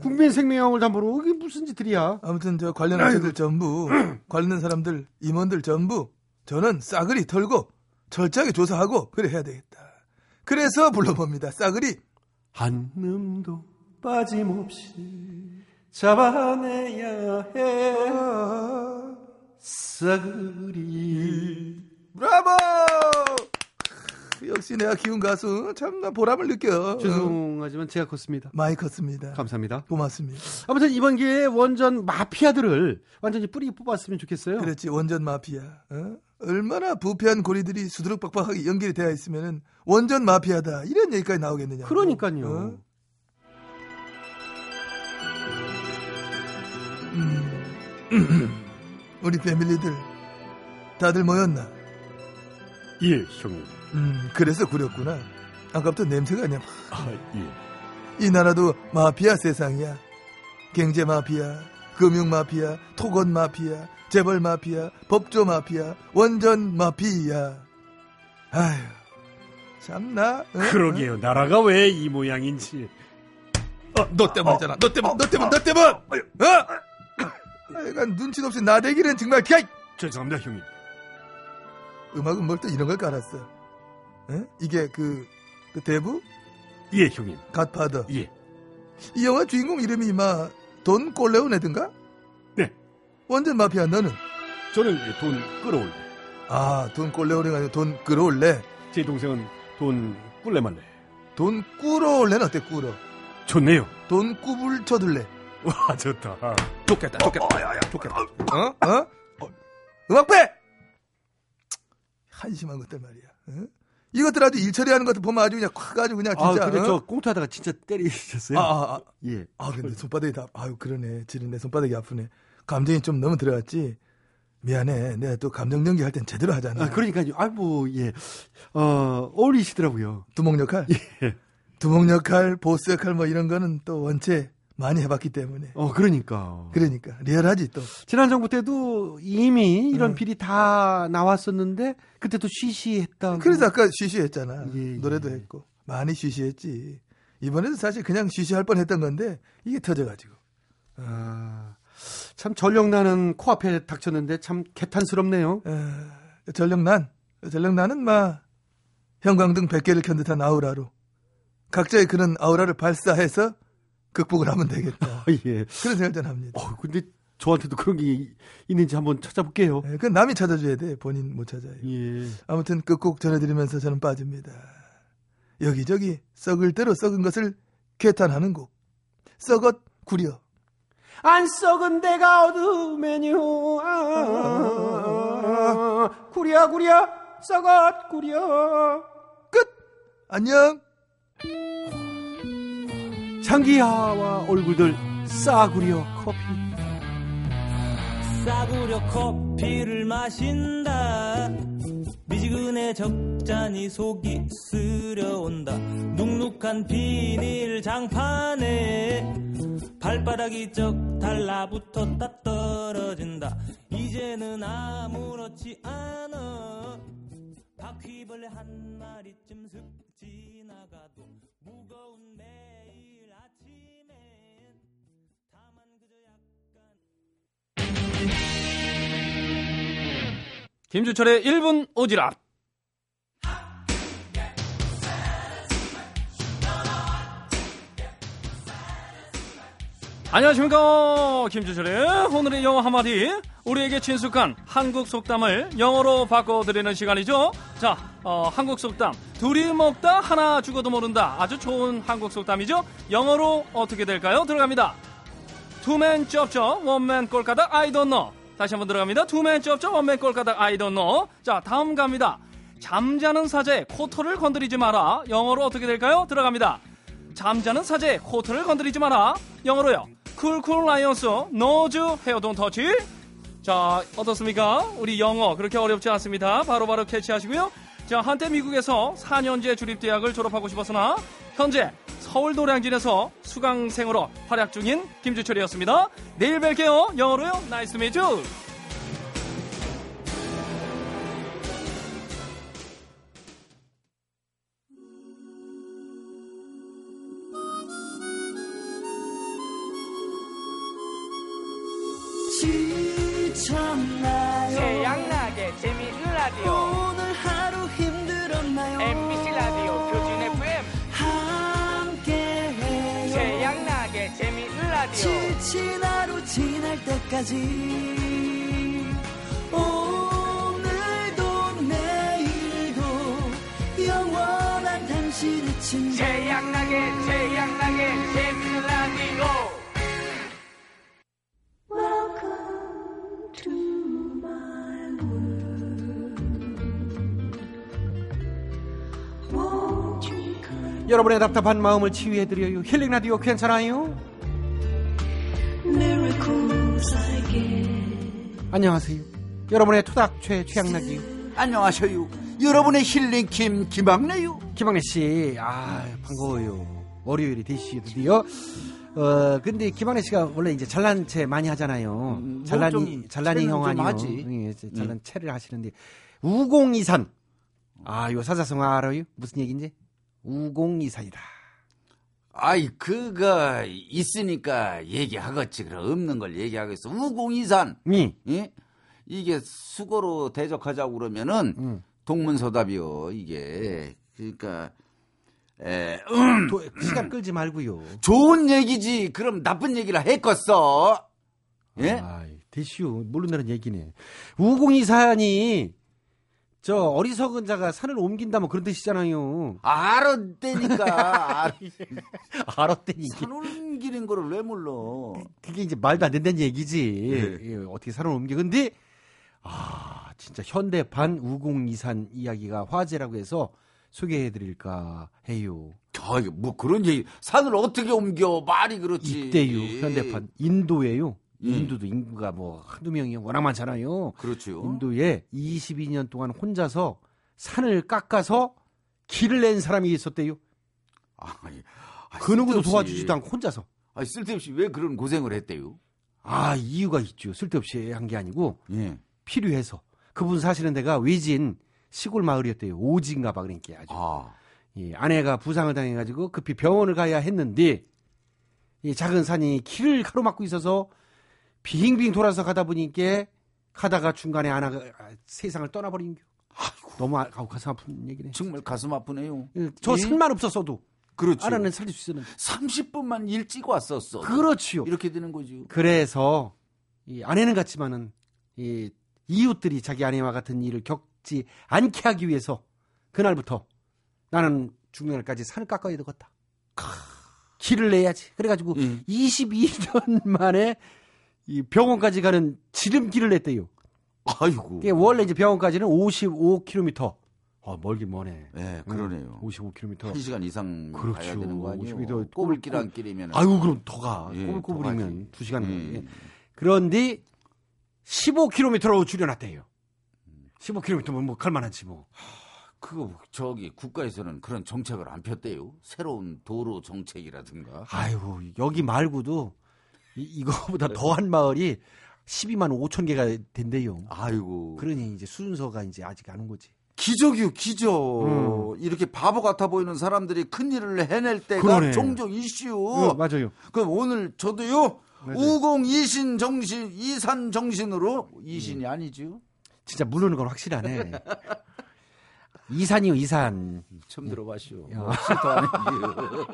A: 국민 생명을 담보로 이게 무슨 짓들이야.
I: 아무튼 저 관련 업체들 전부 관련 사람들 임원들 전부 저는 싸그리 털고 철저하게 조사하고 그래 해야 되겠다. 그래서 불러봅니다. 싸그리
A: 한 놈도 빠짐없이 잡아내야 해.
I: 아.
A: 싸그리.
I: 브라보!
A: 어!
I: 역시 내가 키운 가수 참나 보람을 느껴. 어.
A: 죄송하지만 제가 컸습니다.
I: 많이 컸습니다.
A: 감사합니다.
I: 고맙습니다.
A: 아무튼 이번 기회에 원전 마피아들을 완전히 뿌리 뽑았으면 좋겠어요.
I: 그렇지 원전 마피아. 어? 얼마나 부패한 고리들이 수두룩박박하게 연결이 되어 있으면 원전 마피아다 이런 얘기까지 나오겠느냐. 어?
A: 그러니까요.
I: 음. 우리 패밀리들 다들 모였나?
B: 예 형님
I: 음, 그래서 구렸구나. 아까부터 냄새가 그냥
B: 아예 네.
I: 이 나라도 마피아 세상이야. 경제 마피아, 금융 마피아, 토건 마피아, 재벌 마피아, 법조 마피아, 원전 마피아. 아휴, 참나. 응,
B: 그러게요. 나라가 왜 이 모양인지.
I: 어, 너 때문이잖아. 너 때문, 너 때문, 너 때문. 어? 약간 눈치도 없이 나대기는 정말 개.
B: 죄송합니다, 형님.
I: 음악은 뭘 또 이런 걸 깔았어. 응? 이게 그, 그 대부
B: 예, 형님.
I: 갓파더.
B: 예.
I: 이 영화 주인공 이름이 이마 돈 꼴레오네든가?
B: 네.
I: 완전 마피아 너는?
B: 저는 예, 돈 끌어올래.
I: 아, 돈 꼴레오네가 아니고 돈 끌어올래.
B: 제 동생은 돈 꿀레말레.
I: 돈 꾸러올래는 어때 꾸러?
B: 좋네요.
I: 돈 꾸불 쳐둘래.
B: 와, 좋다.
I: 좋겠다, 좋겠다, 좋겠다. 어? 어? 음악배! 한심한 것들 말이야. 어? 이것들 아주 일 처리하는 것들 보면 아주 그냥 콱 아주 그냥
A: 아,
I: 진짜.
A: 근데
B: 그렇죠.
I: 어?
A: 저 꽁투하다가 진짜 때리셨어요?
I: 아, 아, 아.
A: 예.
I: 아, 근데 손바닥이 다, 아유, 그러네. 지른데 손바닥이 아프네. 감정이 좀 너무 들어갔지? 미안해. 내가 또 감정 연기할 땐 제대로 하잖아.
A: 아, 그러니까요. 아, 뭐, 예. 어, 어울리시더라고요.
I: 두목 역할?
A: 예.
I: 두목 역할, 보스 역할 뭐 이런 거는 또 원체 많이 해봤기 때문에.
A: 어, 그러니까.
I: 그러니까. 리얼하지 또. 네.
A: 지난 정부 때도 이미 이런 비리 다 나왔었는데, 그때도 예, 쉬쉬했다.
I: 그래서 아까 쉬쉬했잖아. 노래도 했고. 많이 쉬쉬했지. 이번에도 사실 그냥 쉬쉬할 뻔 했던 건데, 이게 터져가지고.
A: 아, 참 전력나는 코앞에 닥쳤는데 참 개탄스럽네요.
I: 전력난? 전력난은 마, 형광등 100개를 켠 듯한 아우라로. 각자의 그런 아우라를 발사해서 극복을 하면 되겠다.
A: 예.
I: 그런 생각 전 합니다.
A: 어, 근데 저한테도 그런 게 있는지 한번 찾아볼게요.
I: 예, 그건 남이 찾아줘야 돼. 본인 못 찾아요.
A: 예.
I: 아무튼 끝곡 전해드리면서 저는 빠집니다. 여기저기 썩을 대로 썩은 것을 개탄하는 곡. 썩었 구려.
A: 안 썩은 데가 어둠에뇨 아, 구려 구려 썩었 구려
I: 어, 안녕.
A: 장기하와 얼굴들 싸구려 커피
O: 싸구려 커피를 마신다 미지근해 적잖이 속이 쓰려온다 눅눅한 비닐 장판에 발바닥이 쩍 달라붙었다 떨어진다 이제는 아무렇지 않아 바퀴벌레 한 마리쯤 슥 지나가도 무거운 매일 아침엔 다만 그저 약간
K: 김주철의 1분 오지랖. 안녕하십니까 김주철의 오늘의 영어 한마디 우리에게 친숙한 한국 속담을 영어로 바꿔드리는 시간이죠 자 어, 한국 속담 둘이 먹다 하나 죽어도 모른다 아주 좋은 한국 속담이죠 영어로 어떻게 될까요 들어갑니다 투맨 쩝쩝 원맨 꼴까닥 I don't know 다시 한번 들어갑니다 투맨 쩝쩝 원맨 꼴까닥 I don't know 자 다음 갑니다 잠자는 사자의 코털을 건드리지 마라 영어로 어떻게 될까요 들어갑니다 잠자는 사제의 코트를 건드리지 마라. 영어로요. 쿨쿨 라이언스 노즈 헤어돈 터치. 자, 어떻습니까? 우리 영어 그렇게 어렵지 않습니다. 바로바로 캐치하시고요. 자, 한때 미국에서 4년제 주립대학을 졸업하고 싶었으나 현재 서울 노량진에서 수강생으로 활약 중인 김주철이었습니다. 내일 뵐게요. 영어로요. 나이스 미주.
O: 지쳤나요?
P: 태양나게 재미있는 라디오
O: 오늘 하루 힘들었나요?
P: MBC 라디오 표준 FM
O: 함께해요.
P: 태양나게 재미있는 라디오
O: 지친 하루 지날 때까지 오늘도 내일도 영원한 당신의 친구
P: 태양나게 태양나게 재미있는 라디오
A: 여러분의 답답한 마음을 치유해드려요 힐링 라디오 괜찮아요? 안녕하세요 여러분의 토닥최 최양락이요
Q: 안녕하세요. 여러분의 힐링 김 김학래요.
A: 김학래 씨, 아 반가워요. 월요일이 되시드디어. 어 근데 김학래 씨가 원래 이제 잘난 체 많이 하잖아요. 잘난
Q: 음, 좀
A: 잘난이
Q: 체는
A: 형
Q: 좀 음.
A: 아니요.
Q: 하지.
A: 예, 이제 잘난 체를 하시는데 우공이산 아, 요 사자성어 알아요? 무슨 얘기인지? 우공이산이다.
Q: 아이 그거 있으니까 얘기하겠지 그럼 없는 걸 얘기하겠어 우공이산
A: 니
Q: 예? 이게 수고로 대적하자고 그러면은
A: 음.
Q: 동문서답이요 이게 그러니까 에, 음.
A: 시간 끌지 말고요.
Q: 좋은 얘기지 그럼 나쁜 얘기라 했겠어 예?
A: 아이, 대시오. 모른다는 얘기네. 우공이산이 저 어리석은 자가 산을 옮긴다 뭐 그런 뜻이잖아요.
Q: 알았대니까
A: 알았대니 이게.
Q: 산 옮기는 거를 왜 몰라
A: 그게 이제 말도 안 된다는 얘기지. 예, 어떻게 산을 옮겨. 근데, 아, 진짜 현대 반 우공이산 이야기가 화제라고 해서 소개해드릴까 해요.
Q: 아이, 뭐 그런 얘기. 산을 어떻게 옮겨? 말이 그렇지.
A: 이때요, 현대판. 인도에요. 인도도 인구가 뭐 한두 명이 워낙 많잖아요.
Q: 그렇죠.
A: 인도에 22년 동안 혼자서 산을 깎아서 길을 낸 사람이 있었대요. 그 누구도
Q: 아, 예. 쓸데없이.
A: 도와주지도 않고 혼자서.
Q: 아, 쓸데없이 왜 그런 고생을 했대요?
A: 아, 이유가 있죠. 쓸데없이 한 게 아니고
Q: 예.
A: 필요해서. 그분 사시는 데가 외진 시골 마을이었대요. 오지인가 봐 그러니까 아주. 이 아내가 부상을 당해 가지고 급히 병원을 가야 했는데 이 작은 산이 길을 가로막고 있어서 빙빙 돌아서 가다 보니까 가다가 중간에 아나가 아, 세상을 떠나버린 거. 너무 아, 아우, 가슴 아픈 얘기네.
Q: 정말 가슴 아프네요.
A: 저
Q: 예?
A: 산만 없었어도
Q: 그렇죠.
A: 아나는 살릴 수 있었는데.
Q: 30분만 일찍 왔었어.
A: 그렇지요.
Q: 이렇게 되는 거죠.
A: 그래서 이 아내는 같지만은 이 이웃들이 자기 아내와 같은 일을 겪지 않게 하기 위해서 그날부터 나는 중년까지 산을 깎아야 되겠다. 길을 내야지. 그래가지고
Q: 음.
A: 22년 만에 이 병원까지 가는 지름길을 냈대요.
Q: 아이고.
A: 이게 원래 이제 병원까지는 55km. 아 멀긴 머네.
Q: 예, 그러네요.
A: 55km.
Q: 한 시간 이상 가야
A: 그렇죠.
Q: 되는 거 아니에요?
A: 55 더-
Q: 꼬불길 안 끼리면.
A: 아유 그럼 더 가.
Q: 예,
A: 꼬불꼬불이면
Q: 더 가지.
A: 두 시간. 예.
Q: 음.
A: 그런데 15km로 줄여놨대요. 15km면 뭐 갈만한지 뭐.
Q: 그거 저기 국가에서는 그런 정책을 안 폈대요. 새로운 도로 정책이라든가.
A: 아이고 여기 말고도 이,
Q: 네.
A: 이거보다 더한 마을이 12만 5천 개가 된대요.
Q: 아이고.
A: 그러니 이제 순서가 이제 아직 안 온 거지. 음.
Q: 기적이요, 기적. 어, 이렇게 바보 같아 보이는 사람들이 큰 일을 해낼 때가
A: 그러네.
Q: 종종 이슈.
A: 어, 맞아요.
Q: 그럼 오늘 저도요
A: 네,
Q: 우공 이신 정신 이산 정신으로 이신이
A: 음.
Q: 아니죠.
A: 진짜 모르는 건 확실하네. 이산이요 이산.
Q: 처음 들어봤슈.
A: 야.
Q: 뭐시도 아니에요.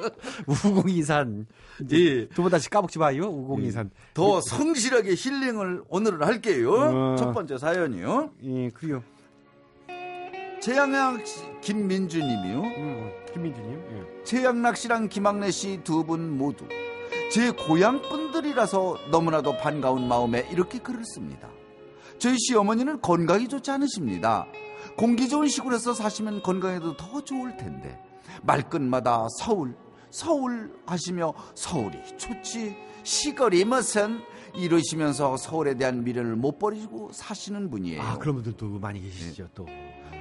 A: 우공이산.
Q: 예.
A: 두 번 다시 까먹지 마요. 우공이산. 그-
Q: 더 성실하게 힐링을 오늘은 할게요.
A: 어.
Q: 첫 번째 사연이요.
A: 예, 그래요.
Q: 최양락 씨, 김민주님이요.
A: 음, 어, 김민주님. 예.
Q: 최양락 씨랑 김학래 씨 두 분 모두 제 고향 분들이라서 너무나도 반가운 마음에 이렇게 글을 씁니다. 저희 시어머니는 건강이 좋지 않으십니다. 공기 좋은 시골에서 사시면 건강에도 더 좋을 텐데 말끝마다 서울 서울 하시며 서울이 좋지 시골이 무슨 이러시면서 서울에 대한 미련을 못 버리고 사시는 분이에요. 예.
A: 아 그런 분들도 많이 계시죠 또.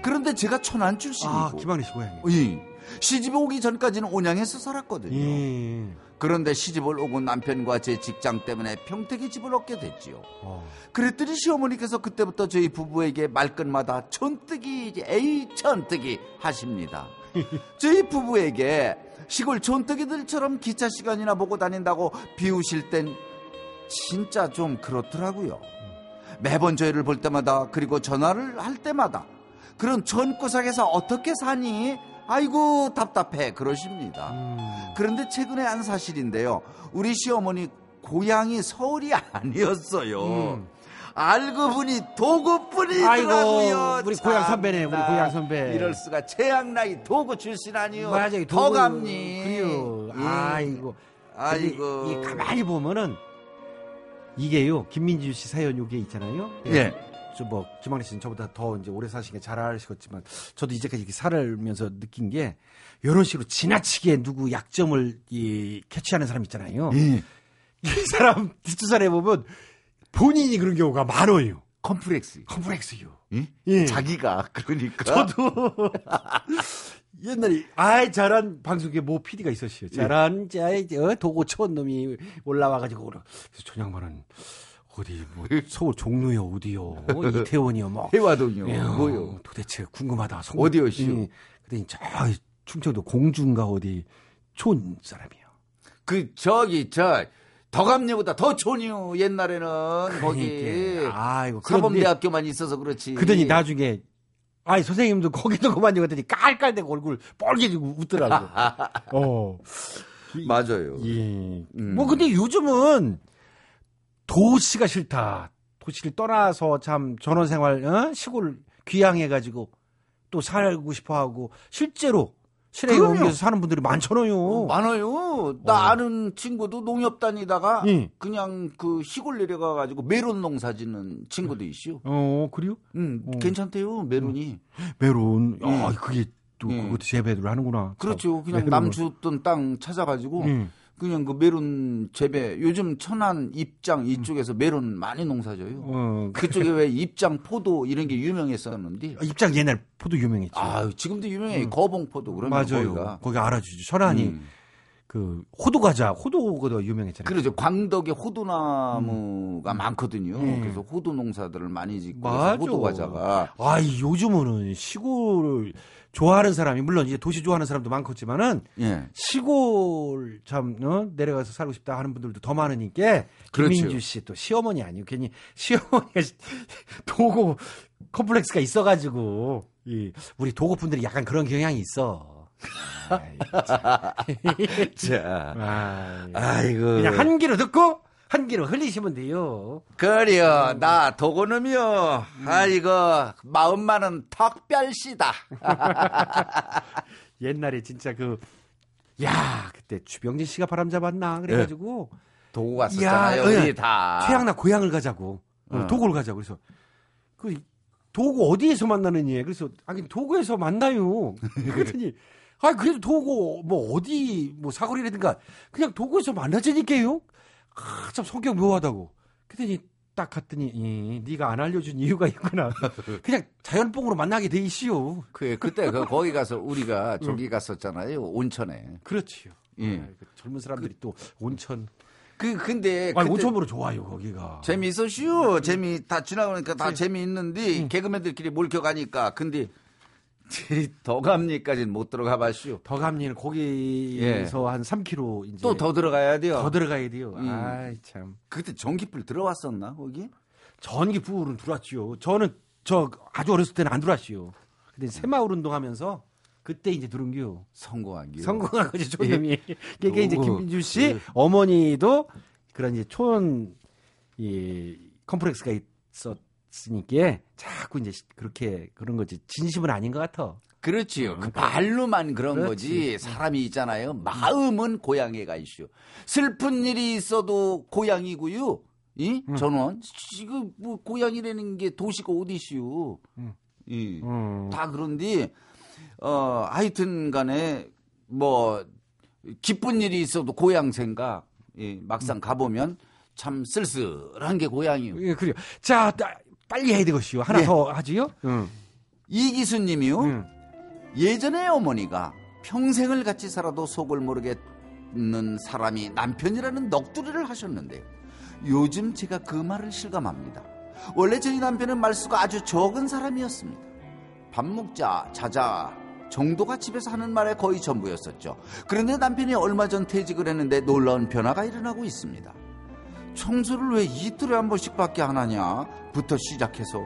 Q: 그런데 제가 천안 출신이고
A: 아 김학래 씨 고향이.
Q: 예. 시집 오기 전까지는 온양에서 살았거든요.
A: 예.
Q: 그런데 시집을 오고 남편과 제 직장 때문에 평택에 집을 얻게 됐지요. 그랬더니 시어머니께서 그때부터 저희 부부에게 말끝마다 촌뜨기, 이제 에이 촌뜨기 하십니다. 저희 부부에게 시골 촌뜨기들처럼 기차 시간이나 보고 다닌다고 비우실 땐 진짜 좀 그렇더라고요. 매번 저희를 볼 때마다 그리고 전화를 할 때마다 그런 전구석에서 어떻게 사니? 아이고 답답해 그러십니다.
A: 음.
Q: 그런데 최근에 한 사실인데요. 우리 시어머니 고향이 서울이 아니었어요. 알고 보니 도구뿐이더라고요.
A: 음. 아이고, 우리 고향 선배네, 우리
Q: 참나.
A: 고향 선배.
Q: 이럴 수가 최양락이 도구 출신 아니요.
A: 맞아요.
Q: 더
A: 도구,
Q: 갑니.
A: 그래요.
Q: 예.
A: 아이고.
Q: 아이고.
A: 근데 이 가만히 보면은 이게요 김민주 씨 사연 요게 있잖아요.
Q: 예.
A: 저뭐 김학래 씨는 저보다 더 이제 오래 사시게 잘 아시겠지만 저도 이제까지 이렇게 살면서 느낀 게 이런 식으로 지나치게 누구 약점을 이 캐치하는 사람 있잖아요.
Q: 예.
A: 이 사람 뒷주산에 보면 본인이 그런 경우가 많아요.
Q: 컴플렉스.
A: 컴플렉스요.
Q: 예? 자기가 그러니까.
A: 저도 옛날에 아이 잘한 방송국에 모 PD가
Q: 예.
A: 있었어요. 잘한 자이 어, 도고촌 놈이 올라와가지고 그래. 그래서 저양반은 어디 뭐 서울 종로요 어디요 이태원이요 뭐
Q: 해화동이요,
A: 예,
Q: 뭐요.
A: 도대체 궁금하다 예.
Q: 어디요시요?
A: 그랬더니 저 충청도 공주인가 어디 촌 사람이요
Q: 그 저기 저 더감리보다 더 촌이요 옛날에는 거기
A: 그러니까. 아이고, 그런데-
Q: 사범대학교만 있어서 그렇지
A: 그러더니 나중에 아이 선생님도 거기도 그만요 그랬더니 깔깔대고 얼굴 뻘개지고 웃더라고 어.
Q: 맞아요
A: 예.
Q: 음.
A: 뭐 근데 요즘은 도시가 싫다. 도시를 떠나서 참 전원 생활 어? 시골 귀향해 가지고 또 살고 싶어 하고 실제로 실행에
Q: 그럼요.
A: 옮겨서 사는 분들이 많잖아요.
Q: 많아요. 나 아는 친구도 농협 다니다가
A: 어. 예.
Q: 그냥 그 시골 내려가 가지고 메론 농사 짓는 친구도 있슈.
A: 어, 음. 그래요?
Q: 음, 괜찮대요. 메론이.
A: 메론. 아,
Q: 예.
A: 그게 또 그것도 재배를 하는구나.
Q: 그렇죠. 그냥
A: 어. 메론을.
Q: 남 줬던 땅 찾아가지고
A: 음.
Q: 그냥 그 메론 재배. 요즘 천안 입장
A: 음.
Q: 이쪽에서 메론 많이 농사져요.
A: 어,
Q: 그쪽에 왜 입장 포도 이런 게 유명했었는데.
A: 아, 입장 옛날 포도 유명했죠.
Q: 아 지금도 유명해.
A: 음.
Q: 거봉포도 그러면
A: 맞아요.
Q: 거기가. 음.
A: 거기 알아주죠. 천안이 그 호두 과자, 호두가 더 유명했잖아요. 음.
Q: 그렇죠. 광덕에 호두나무가 많거든요.
A: 예.
Q: 그래서 호두 농사들을 많이 짓고 그래서 호두 과자가
A: 아, 이 요즘은 시골을 좋아하는 사람이 물론 이제 도시 좋아하는 사람도 많겠지만은
Q: 예.
A: 시골 참 어? 내려가서 살고 싶다 하는 분들도 더 많으니까
Q: 그렇죠.
A: 김민주 씨 또 시어머니 아니고 괜히 시어머니가 도고 컴플렉스가 있어가지고 이 우리 도고 분들이 약간 그런 경향이 있어.
Q: 자,
A: 아이고.
Q: 네.
A: 그냥 한 귀로 듣고 한 귀로 흘리시면 돼요.
Q: 그래요.
A: 음.
Q: 나 도고놈이요. 아이고 마음만은 턱별씨다.
A: 옛날에 진짜 그 야, 그때 주병진 씨가 바람 잡았나 그래가지고
Q: 예. 도고 갔었잖아요. 우리
A: 예.
Q: 다.
A: 최양락 고향을 가자고 어,
Q: 어.
A: 도구를 가자고 그래서 그 도구 어디에서 만나느니 그래서 아니 도구에서 만나요 그랬더니 아 그래도 도구 뭐 어디 뭐 사거리라든가 그냥 도구에서 만나자니까요 아, 참 성격 묘하다고 그랬더니 딱 갔더니 이, 네가 안 알려준 이유가 있구나 그냥 자연뽕으로 만나게 돼 있시오
Q: 그 그때 그 거기 가서 우리가 저기 갔었잖아요. 온천에.
A: 그렇지요
Q: 예.
A: 아이고, 젊은 사람들이 또 온천
Q: 그 근데
A: 아
Q: 그때-
A: 온천으로 좋아요 거기가
Q: 재미있었슈. 재미 다 지나가니까
A: 예.
Q: 다 재미있는데 개그맨들끼리 몰켜가니까 근데 더감리까지는 못 들어가 봤슈.
A: 더감리는 거기에서 한 3km 이제
Q: 예. 또 더 들어가야 돼요.
A: 더 들어가야 돼요.
Q: 음.
A: 아이 참.
Q: 그때 전기불 들어왔었나 거기?
A: 전기 부울은 들어왔지요. 저는 저 아주 어렸을 때는 안 들어왔지요. 근데 새마을 운동하면서 그때 이제 들어온 게요.
Q: 성공한 게.
A: 성공한 거지
Q: 예.
A: 초념이. 그게 이제
Q: 오. 예.
A: 김민주 씨 어머니도 그런 이제 촌 이, 컴플렉스가 있었으니까 자꾸 이제 그렇게 그런 거지 진심은 아닌 것 같아.
Q: 그렇지요. 그 말로만 그런
A: 그렇지. 네.
Q: 거지. 사람이 있잖아요. 마음은 고향에 가 있슈. 슬픈 일이 있어도 고향이고요. 이
A: 음.
Q: 전원 지금 뭐 고향이라는 게 도시가 어디시요?
A: 음.
Q: 이. 다 그런데 어 하여튼 간에 뭐 기쁜 일이 있어도 고향 생각 예, 막상 가보면 참 쓸쓸한 게 고향이요.
A: 음.
Q: 예.
A: 예, 그래요. 자, 따- 빨리 해야 되겠어요. 하나 더 하지요?
Q: 이기수님이요. 예전에 어머니가 평생을 같이 살아도 속을 모르겠는 사람이 남편이라는 넋두리를 하셨는데요. 요즘 제가 그 말을 실감합니다. 원래 저희 남편은 말수가 아주 적은 사람이었습니다. 밥 먹자, 자자 정도가 집에서 하는 말의 거의 전부였었죠. 그런데 남편이 얼마 전 퇴직을 했는데 놀라운 변화가 일어나고 있습니다. 청소를 왜 이틀에 한 번씩밖에 안 하냐부터 시작해서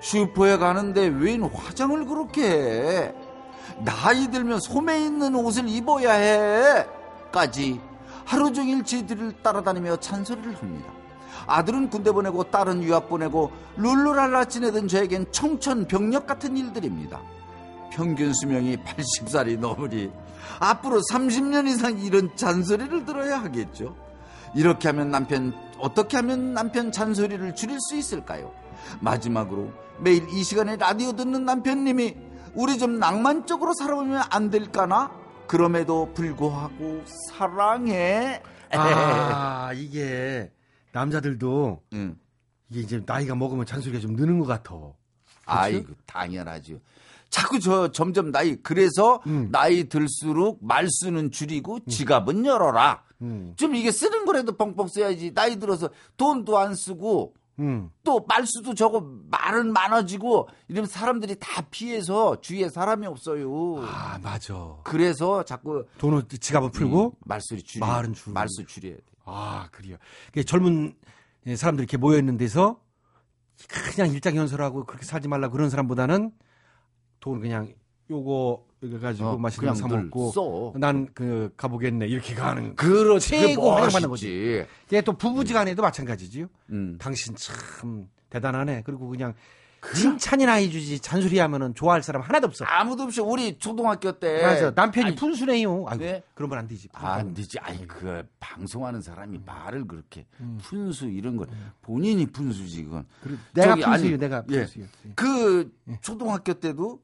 Q: 슈퍼에 가는데 웬 화장을 그렇게 해? 나이 들면 소매 있는 옷을 입어야 해! 까지 하루 종일 지들을 따라다니며 잔소리를 합니다. 아들은 군대 보내고 딸은 유학 보내고 룰루랄라 지내던 저에겐 청천벽력 같은 일들입니다. 평균 수명이 80살이 넘으니 앞으로 30년 이상 이런 잔소리를 들어야 하겠죠. 이렇게 하면 남편 어떻게 하면 남편 잔소리를 줄일 수 있을까요? 마지막으로 매일 이 시간에 라디오 듣는 남편님이 우리 좀 낭만적으로 살아보면 안 될까나? 그럼에도 불구하고 사랑해.
A: 아, 이게 남자들도 이게 이제 나이가 먹으면 잔소리가 좀 느는 것 같아. 그렇죠?
Q: 아이고 그 당연하죠. 자꾸 저
A: 음.
Q: 점점 나이 그래서 나이 들수록 말수는 줄이고 지갑은 열어라. 좀 이게 쓰는 거라도 펑펑 써야지. 나이 들어서 돈도 안 쓰고
A: 음.
Q: 또 말수도 저거 말은 많아지고 이러면 사람들이 다 피해서 주위에 사람이 없어요.
A: 아 맞아.
Q: 그래서 자꾸
A: 돈을 지갑을 풀고
Q: 음, 말수를 줄이
A: 말은 줄이고.
Q: 말수 줄여야 돼.
A: 아 그래요. 이게 젊은 예, 사람들이 이렇게 모여 있는 데서 그냥 일장 연설하고 그렇게 살지 말라 그런 사람보다는 돈 그냥 요거 여기 가지고
Q: 어,
A: 맛있는
Q: 그냥
A: 거 사
Q: 늘
A: 먹고
Q: 써.
A: 난 그 가보겠네 이렇게 가는
Q: 그렇지.
A: 최고
Q: 그게
A: 환영받는
Q: 멋있지. 음.
A: 거지. 이게 또 부부지간에도 마찬가지지요. 당신 참 대단하네. 그리고 그냥 칭찬이나 해주지 잔소리 하면은 좋아할 사람 하나도 없어.
Q: 아무도 없이 우리 초등학교 때
A: 맞아. 남편이 푼순해요. 아이고 그런 건 안 되지. 음.
Q: 안 되지. 아니 그 방송하는 사람이 말을 그렇게 푼수 이런 걸 본인이 푼수지 그건.
A: 내가
Q: 저기, 아니,
A: 푼수요. 내가
Q: 예.
A: 푼수요.
Q: 그 초등학교 때도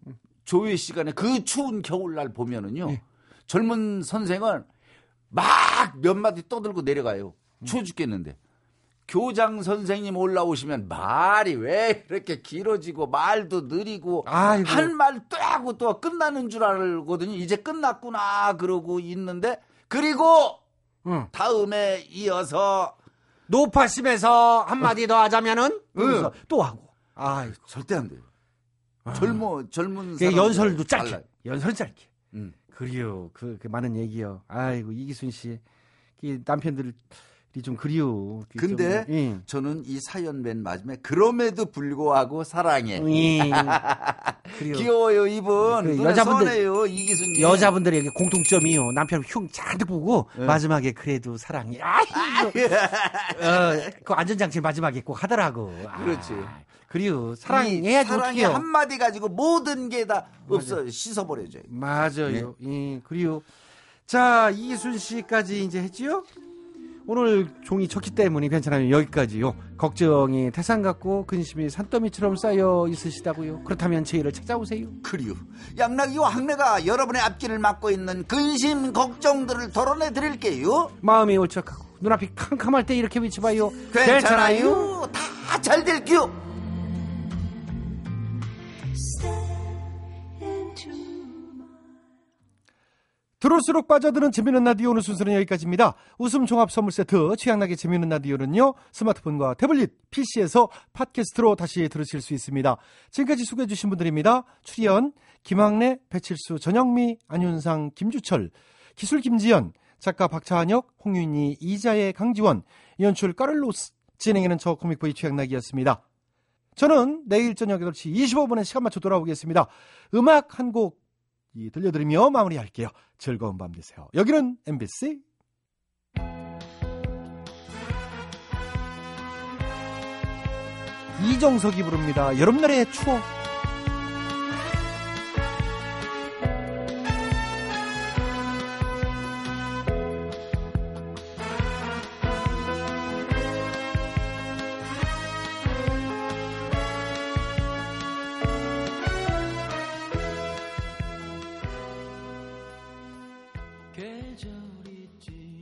Q: 조회 시간에 그 추운 겨울날 보면은요 젊은 선생은 막 몇 마디 떠들고 내려가요. 추워 죽겠는데. 교장 선생님 올라오시면 말이 왜 이렇게 길어지고 말도 느리고 한 말 또 하고 또 끝나는 줄 알거든요. 이제 끝났구나 그러고 있는데 그리고 다음에 이어서
A: 높아심에서 한마디 더 하자면은
Q: 응.
A: 또 하고. 아
Q: 절대 안 돼요. 젊어 젊은
A: 그
Q: 사람
A: 연설도 짧게. 연설 짧게.
Q: 음.
A: 그리요. 그, 그 많은 얘기요. 아이고 이기순 씨. 그 남편들이 좀 그리요. 그 좀,
Q: 근데
A: 예.
Q: 저는 이 사연 맨 마지막에 그럼에도 불구하고 사랑해.
A: 예.
Q: 귀여워요 이분.
A: 그래,
Q: 눈에
A: 여자분들-
Q: 선해요 이기순님.
A: 여자분들의 이게 공통점이요. 남편 흉 잔뜩 보고
Q: 예.
A: 마지막에 그래도 사랑해. 아, 어, 그 안전장치 마지막에 꼭 하더라고. 아,
Q: 예. 그렇지.
A: 그리요.
Q: 이
A: 사랑해야지
Q: 사랑의
A: 어떻게요?
Q: 한마디 가지고 모든 게 다 없어 씻어버려져요.
A: 맞아요. 예, 그리요. 자, 이순 씨까지 이제 했지요? 오늘 종이 쳤기 때문에 괜찮아요. 여기까지요. 걱정이 태산 같고 근심이 산더미처럼 쌓여 있으시다고요. 그렇다면 제의를 찾아오세요.
Q: 그리요. 양락이와 학내가 여러분의 앞길을 막고 있는 근심 걱정들을 덜어내 드릴게요.
A: 마음이 울적하고 눈앞이 캄캄할 때 이렇게 외쳐봐요.
Q: 괜찮아요. 다 잘 될게요.
R: 들을수록 빠져드는 재미있는 라디오 오늘 순서는 여기까지입니다. 웃음 종합 선물 세트 취향나게 재미있는 라디오는요. 스마트폰과 태블릿, PC에서 팟캐스트로 다시 들으실 수 있습니다. 지금까지 소개해 주신 분들입니다. 출연 김학래, 배칠수, 전영미, 안윤상, 김주철, 기술 김지연, 작가 박차한혁, 홍윤희, 이자혜, 강지원, 연출 까를로스, 진행에는 저 코믹보이 최양락이었습니다. 저는 내일 저녁 8시 25분에 시간 맞춰 돌아오겠습니다. 음악 한곡 이 들려드리며 마무리할게요. 즐거운 밤 되세요. 여기는 MBC 이정석이 부릅니다. 여름날의 추억.
C: 계절이 지나